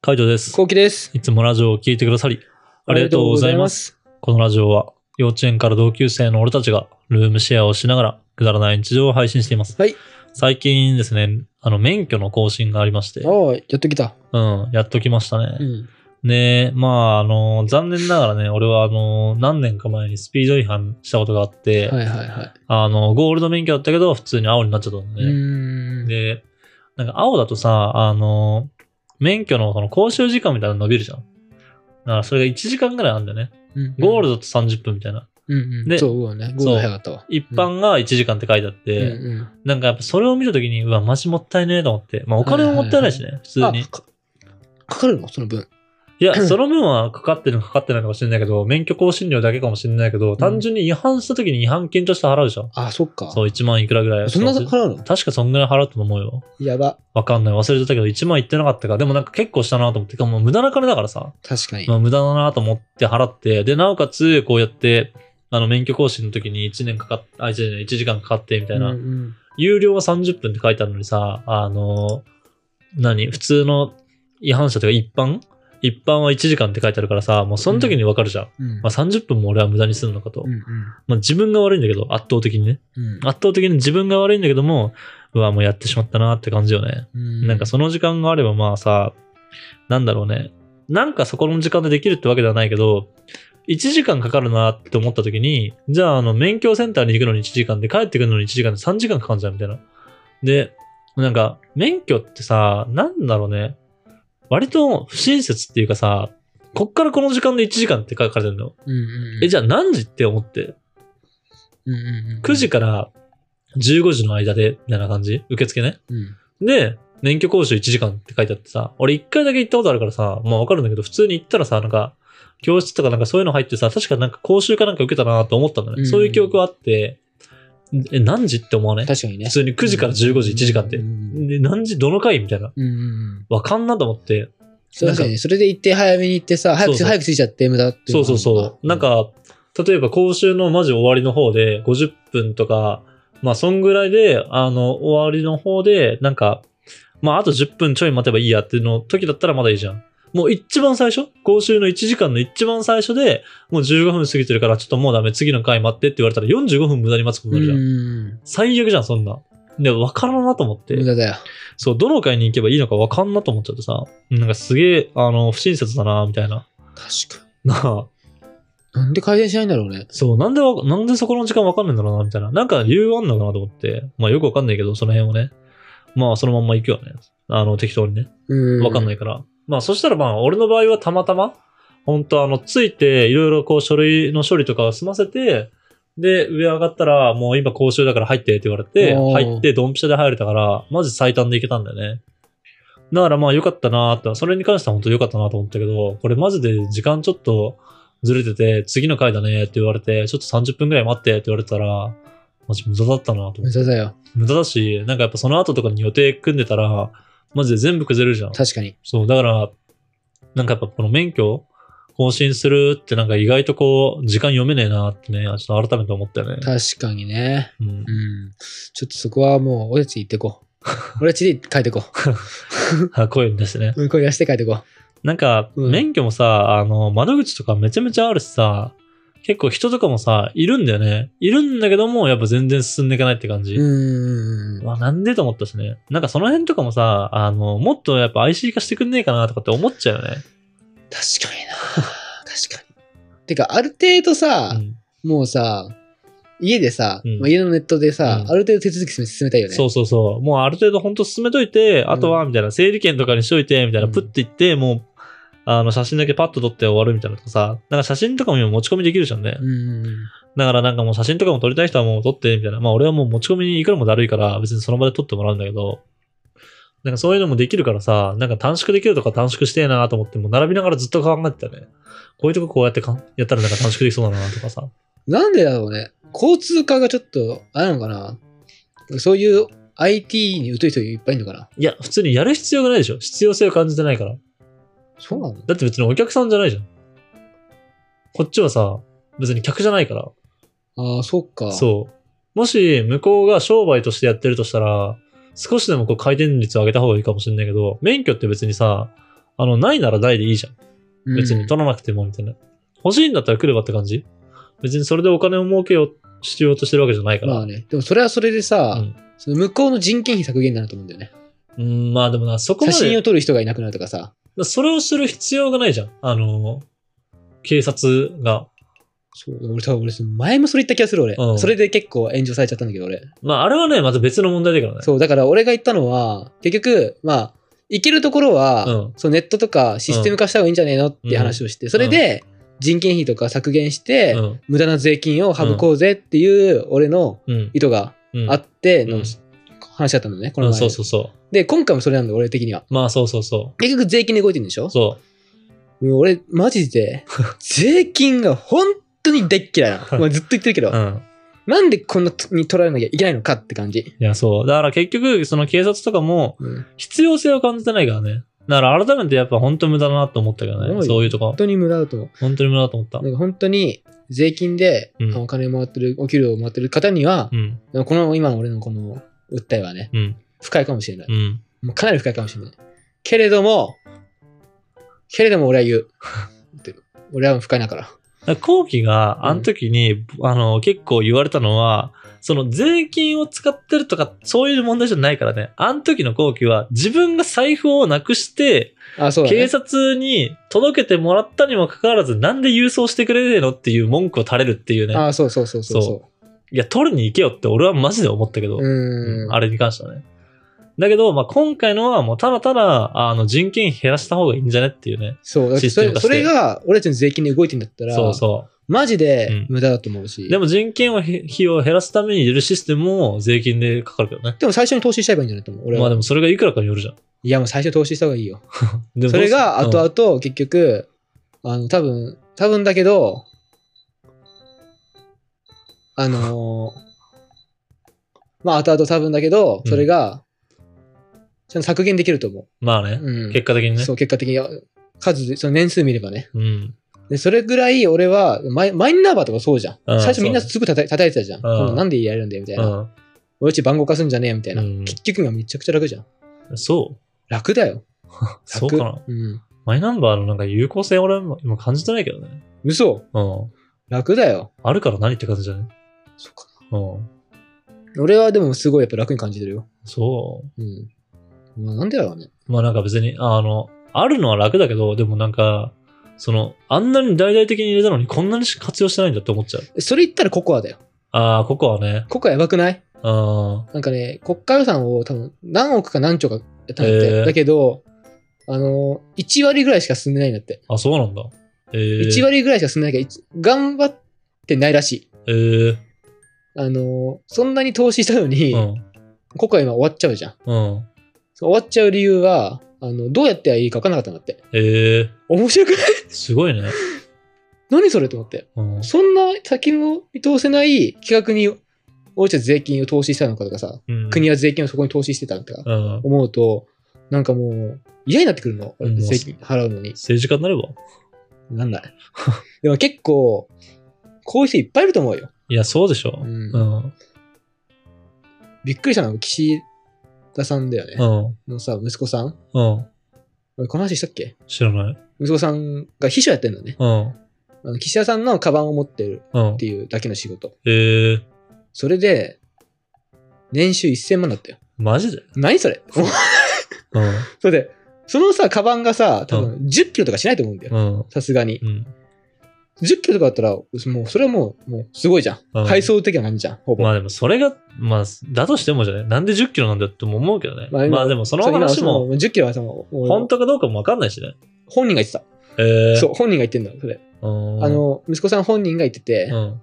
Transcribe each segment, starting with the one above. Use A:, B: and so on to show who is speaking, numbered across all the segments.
A: カイトです。
B: こうきです。
A: いつもラジオを聴いてくださり、ありがとうございます。
B: す。
A: このラジオは、幼稚園から同級生の俺たちが、ルームシェアをしながら、くだらない日常を配信しています。
B: はい。
A: 最近ですね、あの、免許の更新がありまして、
B: ああ、やっときた。
A: うん、やっときました
B: う
A: ね。
B: ん。
A: で、まあ、あの、残念ながらね、俺は、あの、何年か前にスピード違反したことがあって、
B: はいはいはい。
A: あの、ゴールド免許だったけど、普通に青になっちゃったん
B: う
A: で、
B: ーん。
A: で、なんか青だとさ、あの、免許のその講習時間みたいなの伸びるじゃん。だからそれが1時間ぐらいあるんだよね。
B: うん
A: ゴールドと30分みたいな。
B: うんうん。
A: で
B: そう、うわね。ゴールド早かったわ。
A: 一般が1時間って書いてあっ
B: う
A: て、
B: ん
A: なんかやっぱそれを見たときに、うわ、マジもったいねえと思って。まあお金ももったいないしね、普
B: う
A: 通
B: ん。あ
A: に。
B: かかかるのその分。
A: いや、 その分はかかってるのかかってないのかもしれないけど、免許更新料だけかもしれないけど、単純に違反したときに違反金として払うじゃん。
B: あ、そっか。
A: そう、1万いくらぐらい。
B: そんな払うの
A: 確かそんぐらい払ったと思うよ。
B: やば。
A: わかんない。忘れてたけど、1万いってなかったから。でもなんか結構したなと思って。てかもう無駄な金だからさ。
B: 確かに
A: ま。あ、無駄だなと思って払って、で、なおかつ、こうやって、あの、免許更新の時に1年かかっ、あ、1年、1時間かかって、みたいな、
B: うんうん
A: 有料は30分って書いてあるのにさ、あの、何普通の違反者というか一般一般は1時間って書いてあるからさ、もうその時にわかるじゃん。
B: うん
A: まあ、30分も俺は無駄にするのかと。
B: うん
A: まあ、自分が悪いんだけど、圧倒的にね。
B: うん
A: 圧倒的に自分が悪いんだけども、うわ、もうやってしまったなって感じよね。
B: うん
A: なんかその時間があればまあさ、なんだろうね。なんかそこの時間でできるってわけではないけど、1時間かかるなって思った時に、じゃああの免許センターに行くのに1時間で帰ってくるのに1時間で3時間かかんじゃんみたいな。で、なんか免許ってさ、なんだろうね。割と不親切っていうかさ、こっからこの時間で1時間って書かれてるの。
B: うんうん。
A: え、じゃあ何時って思って。
B: うんうんうん。
A: 9時から15時の間で、みたいな感じ受付ね。
B: うん。
A: で、免許講習1時間って書いてあってさ、俺1回だけ行ったことあるからさ、まあわかるんだけど、普通に行ったらさ、なんか、教室とかなんかそういうの入ってさ、確かなんか講習かなんか受けたなと思ったんだね。
B: うん
A: そういう記憶はあって、え、何時って思わない普
B: 確かにね。
A: 通に9時から15時1時間って
B: う。ん
A: で、何時どの回みたいな。
B: うんうん。
A: わかんなと思って。
B: そう確かにね。それで行って早めに行ってさ、早
A: そう
B: く
A: そう
B: 早く着いちゃって無駄ってい
A: そう
B: のがあるのか。
A: そうそう。なん
B: う
A: か、例えば講習のマジ終わりの方で、50分とか、まあ、そんぐらいで、あの、終わりの方で、なんか、まあ、あと10分ちょい待てばいいやっていうの時だったらまだいいじゃん。もう一番最初講習の1時間の一番最初で、もう15分過ぎてるから、ちょっともうダメ、次の回待ってって言われたら45分無駄に待つこと
B: う
A: に
B: ん
A: なるじゃん。
B: うん。
A: 最悪じゃん、そんな。で、わからんなと思って。
B: 無駄だよ。
A: そう、どの回に行けばいいのかわかんなと思っちゃってさ、なんかすげえ、あの、不親切だな、みたいな。
B: 確かに。
A: なあ、
B: なんで改善しないんだろうね。
A: そう、なんでわ、なんでそこの時間わかんないんだろうな、みたいな。なんか理由あんのかなと思って。まあよくわかんないけど、その辺をね。まあそのまんま行くよね。あの、適当にね。
B: うん。。
A: わかんないいから。まあそしたらまあ俺の場合はたまたま、本当あの、ついて、いろいろこう書類の処理とかを済ませて、で、上上がったら、もう今講習だから入ってって言われて、
B: おー
A: 入ってドンピシャで入れたから、マジ最短で行けたんだよね。だからまあ良かったなーって、それに関しては本当良かったなと思ったけど、これマジで時間ちょっとずれてて、次の回だねって言われて、ちょっと30分ぐらい待ってって言われたら、マジ無駄だったなと思
B: 無
A: って。
B: 駄だよ。
A: 無駄だし、なんかやっぱその後とかに予定組んでたら、マジで全部崩れるじゃん。
B: 確かに。
A: そう、だから、なんかやっぱこの免許更新するってなんか意外とこう、時間読めねえなってね、ちょっと改めて思ったよね。
B: 確かにね。
A: うん
B: う、ん。ちょっとそこはもう、俺たちに行ってこ う。俺たちに書いてこ
A: あこういうんですね。
B: う。うん、声出して書いてこ
A: なんか、
B: うん
A: 免許もさ、あの、窓口とかめちゃめちゃあるしさ、結構人とかもさ、いるんだよね。いるんだけども、やっぱ全然進んでいかないって感じ。
B: う。うん。
A: まあなんでと思ったしね。なんかその辺とかもさ、あの、もっとやっぱ IC 化してくんねえかなとかって思っちゃうよね。
B: 確かにな。 確かに。てか、ある程度さ、もうさ、家でさ、
A: うん
B: まあ、家のネットでさ、
A: うん
B: ある程度手続き進め進めたいよ
A: うん
B: ね。
A: そうそうそう。もうある程度ほんと進めといて、あとは、みたいな、整理券とかにしといて、みたいな、
B: うん
A: プッていって、もう、あの、写真だけパッと撮って終わるみたいなとかさ、なんか写真とかも今持ち込みできるじゃんね。
B: うん。
A: だからなんかもう写真とかも撮りたい人はもう撮って、みたいな。まあ俺はもう持ち込みに行くのもだるいから、別にその場で撮ってもらうんだけど、なんかそういうのもできるからさ、なんか短縮できるとか短縮してえなと思って、もう並びながらずっと考えてたね。こういうとここうやってかんやったらなんか短縮できそうだなとかさ。
B: なんでだろうね。交通課がちょっと、あれなのかな。そういう IT に疎い人いっぱいいるのかな。
A: いや、普通にやる必要がないでしょ。必要性を感じてないから。
B: そうなの
A: だって別にお客さんじゃないじゃん。こっちはさ、別に客じゃないから。
B: ああ、そっか。
A: そう。もし、向こうが商売としてやってるとしたら、少しでもこう回転率を上げた方がいいかもしれないけど、免許って別にさ、あの、ないならないでいいじゃん。
B: うん
A: 別に取らなくてもみたいな。欲しいんだったら来ればって感じ別にそれでお金を儲けよう、しようとしてるわけじゃないから。
B: まあね、でもそれはそれでさ、
A: うん
B: その向こうの人件費削減になると思うんだよね。
A: うん、まあでもな、そこま
B: 写
A: で。
B: 真を撮る人がいなくなるとかさ。
A: それをする必要がないじゃん。あの、警察が。
B: そう、俺多分俺、前もそれ言った気がする俺、
A: うん
B: それで結構炎上されちゃったんだけど俺。
A: まあ、あれはね、また別の問題だからね。
B: そう、だから俺が言ったのは、結局、まあ、行けるところは、
A: うん
B: そうネットとかシステム化した方がいいんじゃねえのって話をして、それで人件費とか削減して、
A: うん。
B: 無駄な税金を省こうぜっていう俺の
A: うん。
B: 意図が
A: うん。
B: あっての、
A: うん
B: 話だったんだね、こ
A: うん、
B: の前、
A: そうそうそ
B: で、今回もそれなんだ、俺的には。
A: う。まあ、そうそうそ
B: 結局税金で動いてるんでしょ
A: う。そ
B: もう俺、マジ で、税金が本当に大っ嫌いなの。まあ、ずっと言ってるけど、
A: う。うん。
B: なんでこんなに取られなきゃいけないのかって感じ。
A: いや、そう。だから結局、その警察とかも
B: うん
A: 必要性を感じてないからね。だから改めてやっぱ本当無駄だなと思ったけど
B: すごい
A: ね。
B: よ
A: そういうとこ
B: 本。当に無駄だと思う。
A: 本当に無駄だと思った
B: な。んか本当に税金で
A: うん
B: お金を回ってる、お給料を回ってる方には
A: う、ん。
B: この今の俺のこの訴えはね、
A: うん。
B: 深いかもしれない。
A: うん。
B: もうかなり深いかもしれない。けれども、けれども俺は 言う。って俺は不快だから。
A: だから後期が、あの時に、あの、結構言われたのは、その税金を使ってるとか、そういう問題じゃないからね。あの時の後期は、自分が財布をなくして、
B: あ、そうだ、ね。
A: 警察に届けてもらったにもかかわらず、なんで郵送してくれねえのっていう文句を垂れるっていうね。
B: あ、そうそうそうそうそ
A: いや、取りに行けよって俺はマジで思ったけど
B: う。、うーん。
A: あれに関してはね。だけど、まあ、今回のはもうただただ、あの、人件費減らした方がいいんじゃねっていうね。
B: そう、だって
A: シス
B: そ
A: テム
B: れ
A: 化して
B: それが俺たちの税金で動いてんだったら、
A: そうそう。
B: マジ
A: うん
B: で無駄だと思うし、
A: でも人件費を減らすために入れるシステムも税金でかかるけどね。
B: でも最初に投資しちゃえばいいんじゃないと思う。俺は。
A: まあでもそれがいくらかによるじゃん。
B: いや、もう最初投資した方がいいよ。
A: でも
B: それが
A: どうす
B: 後々結局、あの、多分、多分だけど、あのーまあ後々多分だけど、それが、ちゃんと削減できると思
A: うんまあね
B: う。、うん。
A: 結果的にね。
B: そう、結果的に、数で、その年数見ればね。
A: うん。
B: で、それぐらい俺は、マイマイナンバーとかそうじゃん。
A: うん
B: 最初みんなすぐ叩い叩いてたじゃん。
A: うん
B: このなんでやれるんだよ、みたいうな。
A: ん。
B: 俺うち番号化すんじゃねえよ、みたいな。
A: うん
B: 結局今めちゃくちゃ楽じゃん。
A: そう。
B: 楽だよ。楽
A: そうかな。
B: うん。
A: マイナンバーのなんか有効性俺は今感じてないけどね。
B: 嘘
A: うん。
B: 楽だよ。
A: あるから何って感じじゃない
B: そっか。
A: うん。
B: 俺はでもすごいやっぱ楽に感じてるよ。
A: そ
B: うん。まあなんでだろうね。
A: う。まあなんか別に、あの、あるのは楽だけど、でもなんか、その、あんなに大々的に入れたのにこんなにし活用してないんだって思っちゃう。
B: それ言ったらココアだよ。
A: ああ、ここはね。
B: ココアやばくない
A: うん。
B: なんかね、国家予算を多分何億か何兆かやったんだって。
A: へー
B: だけど、あのー、1割ぐらいしか進んでないんだって。
A: あ、そうなんだ。えー、
B: 1割ぐらいしか進んでないけど、頑張ってないらしい。
A: えー、
B: あのー、そんなに投資したのに、
A: うん。
B: ココア今終わっちゃうじゃん。
A: うん。
B: 終わっちゃう理由は、あの、どうやってはいいか分からなかったんだって。
A: ええ
B: 面白くない
A: すごいね。
B: 何それと思って。
A: うん。
B: そんな先も見通せない企画に、俺たち税金を投資したのかとかさ、
A: うん、
B: 国は税金をそこに投資してたのとか
A: うん。
B: 思うと、なんかもう嫌になってくるの。
A: うん
B: 税金払うのに。
A: 政治家になれば。
B: なんない。 でも結構、こういう人いっぱいいると思うよ。
A: いや、そうでしょ。う
B: う
A: んん。うん。
B: びっくりしたのは岸田さんだよ
A: う
B: ね。
A: ん。
B: のさ、息子さん。
A: うん。
B: 俺この話したっけ
A: 知らない。
B: 息子さんが秘書やってんのね。
A: うん。
B: あの岸田さんのカバンを持ってる
A: うん
B: って。いうだけの仕事。
A: ええ
B: それで、年収1000万だったよ。
A: マジで
B: 何それ
A: うん。
B: それで、そのさ、カバンがさ、多分10キロとかしないと思うんだよ。
A: うん。
B: さすがに
A: う。ん。
B: 10キロとかだったら、もう、それはもう、もう、すごいじゃん。
A: うん
B: 配送的な感じじゃん、ほぼ。
A: まあでもそれが、まあ、だとしてもじゃね、なんで10キロなんだっても思うけどね。ま
B: まあ
A: あ、
B: 今
A: でもその
B: そう今
A: 話
B: そ
A: も、
B: の10キロはその、もう
A: 本当かどうかもわかんないしね。
B: 本人が言ってた。
A: ええ
B: そう、本人が言ってんだ、それ。
A: う。ん。
B: あ、の、息子さん本人が言ってて
A: う、ん。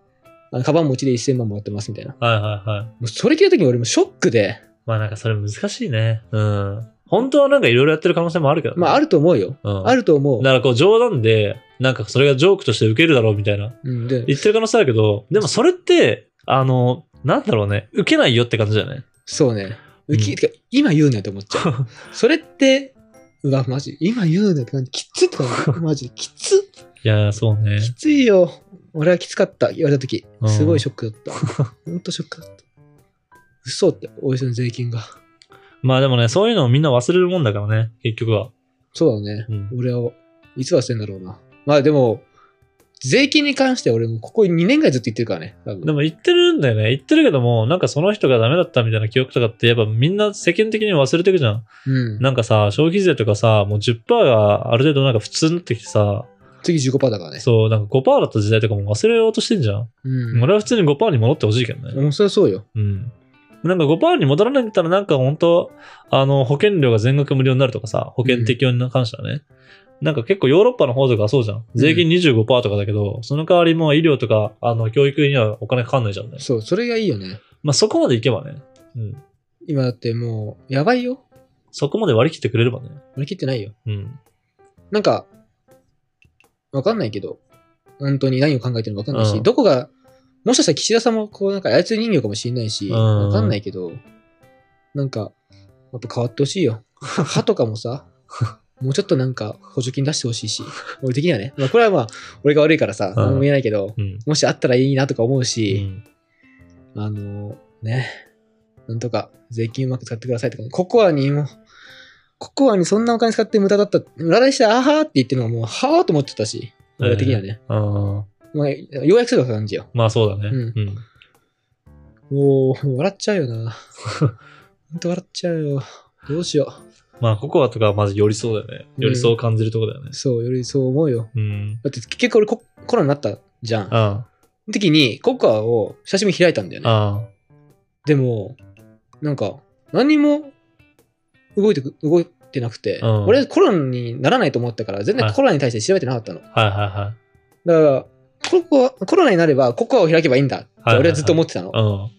B: あのカバン持ちで1000万もらってますみたいな。も
A: はいはいはい。
B: うそれ聞いた時に俺もショックで、
A: まあなんかそれ難しいね。うん。本当はなんかいろいろやってる可能性もあるけど、ね。
B: まあ、あると思うよ。
A: うん。
B: あると思う
A: だ。からこう冗談で、なんかそれがジョークとして受けるだろうみたいな。
B: うん、で、
A: 言ってる可能性あるけど、でもそれって、あの、なんだろうね、受けないよって感じだよね。
B: そうね。うき
A: うん
B: てか今言うなって思っちゃ う。それって、うわ、マジ、今言うなって感じ、きつって感 じ。マジ、きつ
A: いやー、そうね。
B: きついよ。俺はきつかった。言われた時
A: う。ん
B: すごいショックだ った。ほんとショックだった。嘘って、おいしいの税金が。
A: まあでもね、そういうのをみんな忘れるもんだからね、結局は。
B: そうだね。
A: うん。
B: 俺を、いつ忘れんだろうな。まあでも、税金に関しては俺もここ2年ぐらいずっと言ってるからね。多分
A: でも言ってるんだよね。言ってるけども、なんかその人がダメだったみたいな記憶とかって、やっぱみんな世間的に忘れてくじゃん。
B: うん。
A: なんかさ、消費税とかさ、もう10%がある程度なんか普通になってきてさ、
B: 次15%だからね。
A: そう、なんか5%だった時代とかも忘れようとしてんじゃん。
B: うん。
A: 俺は普通に5%に戻ってほしいけどね。
B: もうそれはそうよ。
A: うん。なんか5%に戻らないんだったら、なんか本当あの、保険料が全額無料になるとかさ、保険適用に関してはね。なんか結構ヨーロッパの方とかはそうじゃん。税金25%とかだけど、その代わりもう医療とか、あの、教育にはお金かかんないじゃんね。
B: そう、それがいいよね。
A: まあそこまでいけばね。うん。
B: 今だってもう、やばいよ。
A: そこまで割り切ってくれればね。
B: 俺切ってないよ。
A: うん。
B: なんか、わかんないけど、本当に何を考えてるのかわかんないし、
A: うん
B: どこが、もしかしたら岸田さんもこうなんか操り人形かもしれないし、
A: うん
B: わかんないけど、なんか、やっぱ変わってほしい よ。歯とかもさ、もうちょっとなんか補助金出してほしいし、俺的にはね、まあこれはまあ、俺が悪いからさ、何も言えないけど、
A: うん。
B: もしあったらいいなとか思う
A: う
B: し、
A: ん
B: あのね、なんとか税金うまく使ってくださいとか、ココアにも、ココアにそんなお金使って無駄だった、無駄でした、あはーって言ってるのはもう、はーと思ってたし、俺的にはね。
A: ああ。
B: まあ、ようやくするか感じよ。
A: まあそうだね。
B: う
A: うん。
B: もう、笑っちゃうよな。ほんと笑っちゃうよ。どうしよ
A: まあココアとかはまず寄りそうだよね。
B: うん
A: 寄りそうを感じるとこだよね
B: う。。そう、よりそう思うよ。
A: うん。
B: だって結局俺ココロナになったじゃん。そ
A: あ
B: の時にココアを久しぶりに開いたんだよ
A: あ。
B: ね。
A: ああ。
B: でも、なんか、何も動いてく、動いてなくて、
A: うん
B: 俺コロナにならないと思ったから、全然
A: はい
B: コロナに対して調べてなかったの。
A: はいは
B: だから、ココアコロナになればココアを開けばいいんだって
A: はいはいはい
B: 俺はずっと思ってたの。
A: いは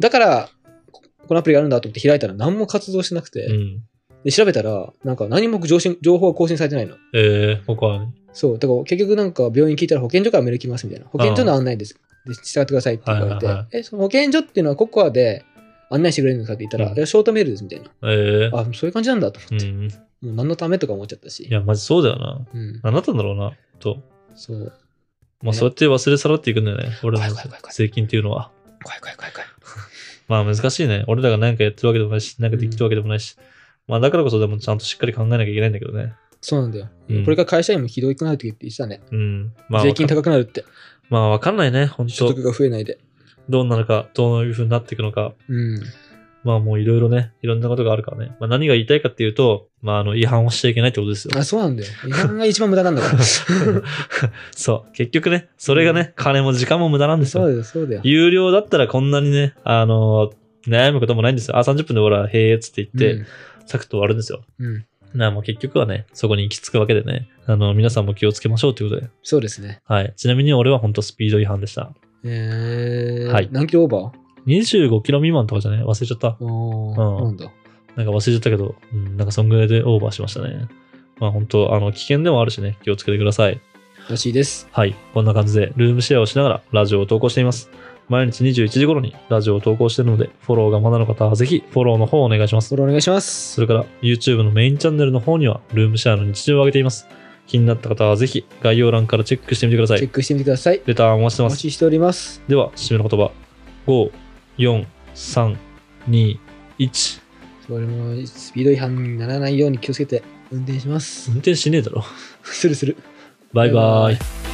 B: だから、ここのアプリがあるんだと思って開いたら何も活動してなくて、
A: い。うん。うん。
B: で調べたら、なんか何も上信情報が更新されてないの。
A: ええココアに。
B: そう、だから結局なんか病院聞いたら保健所からメール来ますみたいな。保健所の案内です。で従ってくださいって言われて、
A: はいはいは
B: え、その保健所っていうのはココアで案内してくれるんですかって言ったら、
A: うん
B: いやショートメールですみたいな。
A: ええ
B: あ、そういう感じなんだと思って。
A: うん。
B: もう何のためとか思っちゃったし。
A: いや、マジそうだよな。
B: うん。
A: 何だったんだろうな、と。
B: そう。
A: まあ、
B: ね
A: そうやって忘れ去らっていくんだよね。俺
B: 怖い
A: の
B: 怖い怖い怖い。
A: 税金っていうのは。
B: 怖い怖い怖い怖い。
A: まあ、難しいね。俺らが何かやってるわけでもないし、何かできるわけでもないし。まあ、だからこそでもちゃんとしっかり考えなきゃいけないんだけどね。
B: そうなんだよ。
A: うん
B: これから会社員もひどくなるって言ってたね。
A: うん。まあ、
B: 税金高くなるって。
A: まあ、わかんないね。本
B: 所
A: 当
B: 得が増えないで。
A: どうなるか、どういう風になっていくのか。
B: うん。
A: まあ、もういろいろね、いろんなことがあるからね。まあ、何が言いたいかっていうと、まあ、あの、違反をしちゃいけないってことですよ。
B: あ、そうなんだよ。違反が一番無駄な んだから。
A: そう。結局ね、それがね、金も時間も無駄なんです
B: そ
A: よ
B: う。だよ、そうだよ。
A: 有料だったらこんなにね、あの悩むこともないんですよ。あ、30分でほら、へえっつって言って、サクッと終わるんですよ。
B: うん、うん。
A: なあもう結局はね、そこに行き着くわけでね、あの、皆さんも気をつけましょうということで。
B: そうですね。
A: はい。ちなみに俺は本当スピード違反でした。
B: えー、
A: はい
B: 何キロオーバー
A: 25キロ未満とかじゃね、忘れちゃった。
B: お
A: う
B: ー、
A: ん
B: なんだ。
A: なんか忘れちゃったけど、うん、なんかそんぐらいでオーバーしましたね。まあ本当あの、危険でもあるしね、気をつけてください。
B: らしいです。
A: はい。こんな感じで、ルームシェアをしながらラジオを投稿しています。毎日21時頃にラジオを投稿しているので、フォローがまだの方はぜひフォローの方をお願いします
B: そ。れお願いしま
A: そ
B: す。
A: れから YouTube のメインチャンネルの方にはルームシェアの日常を上げています。気になった方はぜひ概要欄からチェックしてみてくださ
B: チェ
A: い
B: ッ。クしてみてください。
A: レターンを押して
B: お
A: ます。
B: 待ちしております。
A: では、締めの言葉。5、4、3、2、1。
B: それもスピード違反にならないように気をつけて運転します
A: 運。転しねえだろ。
B: するする。
A: バイバ
B: バイバ
A: イ
B: イ。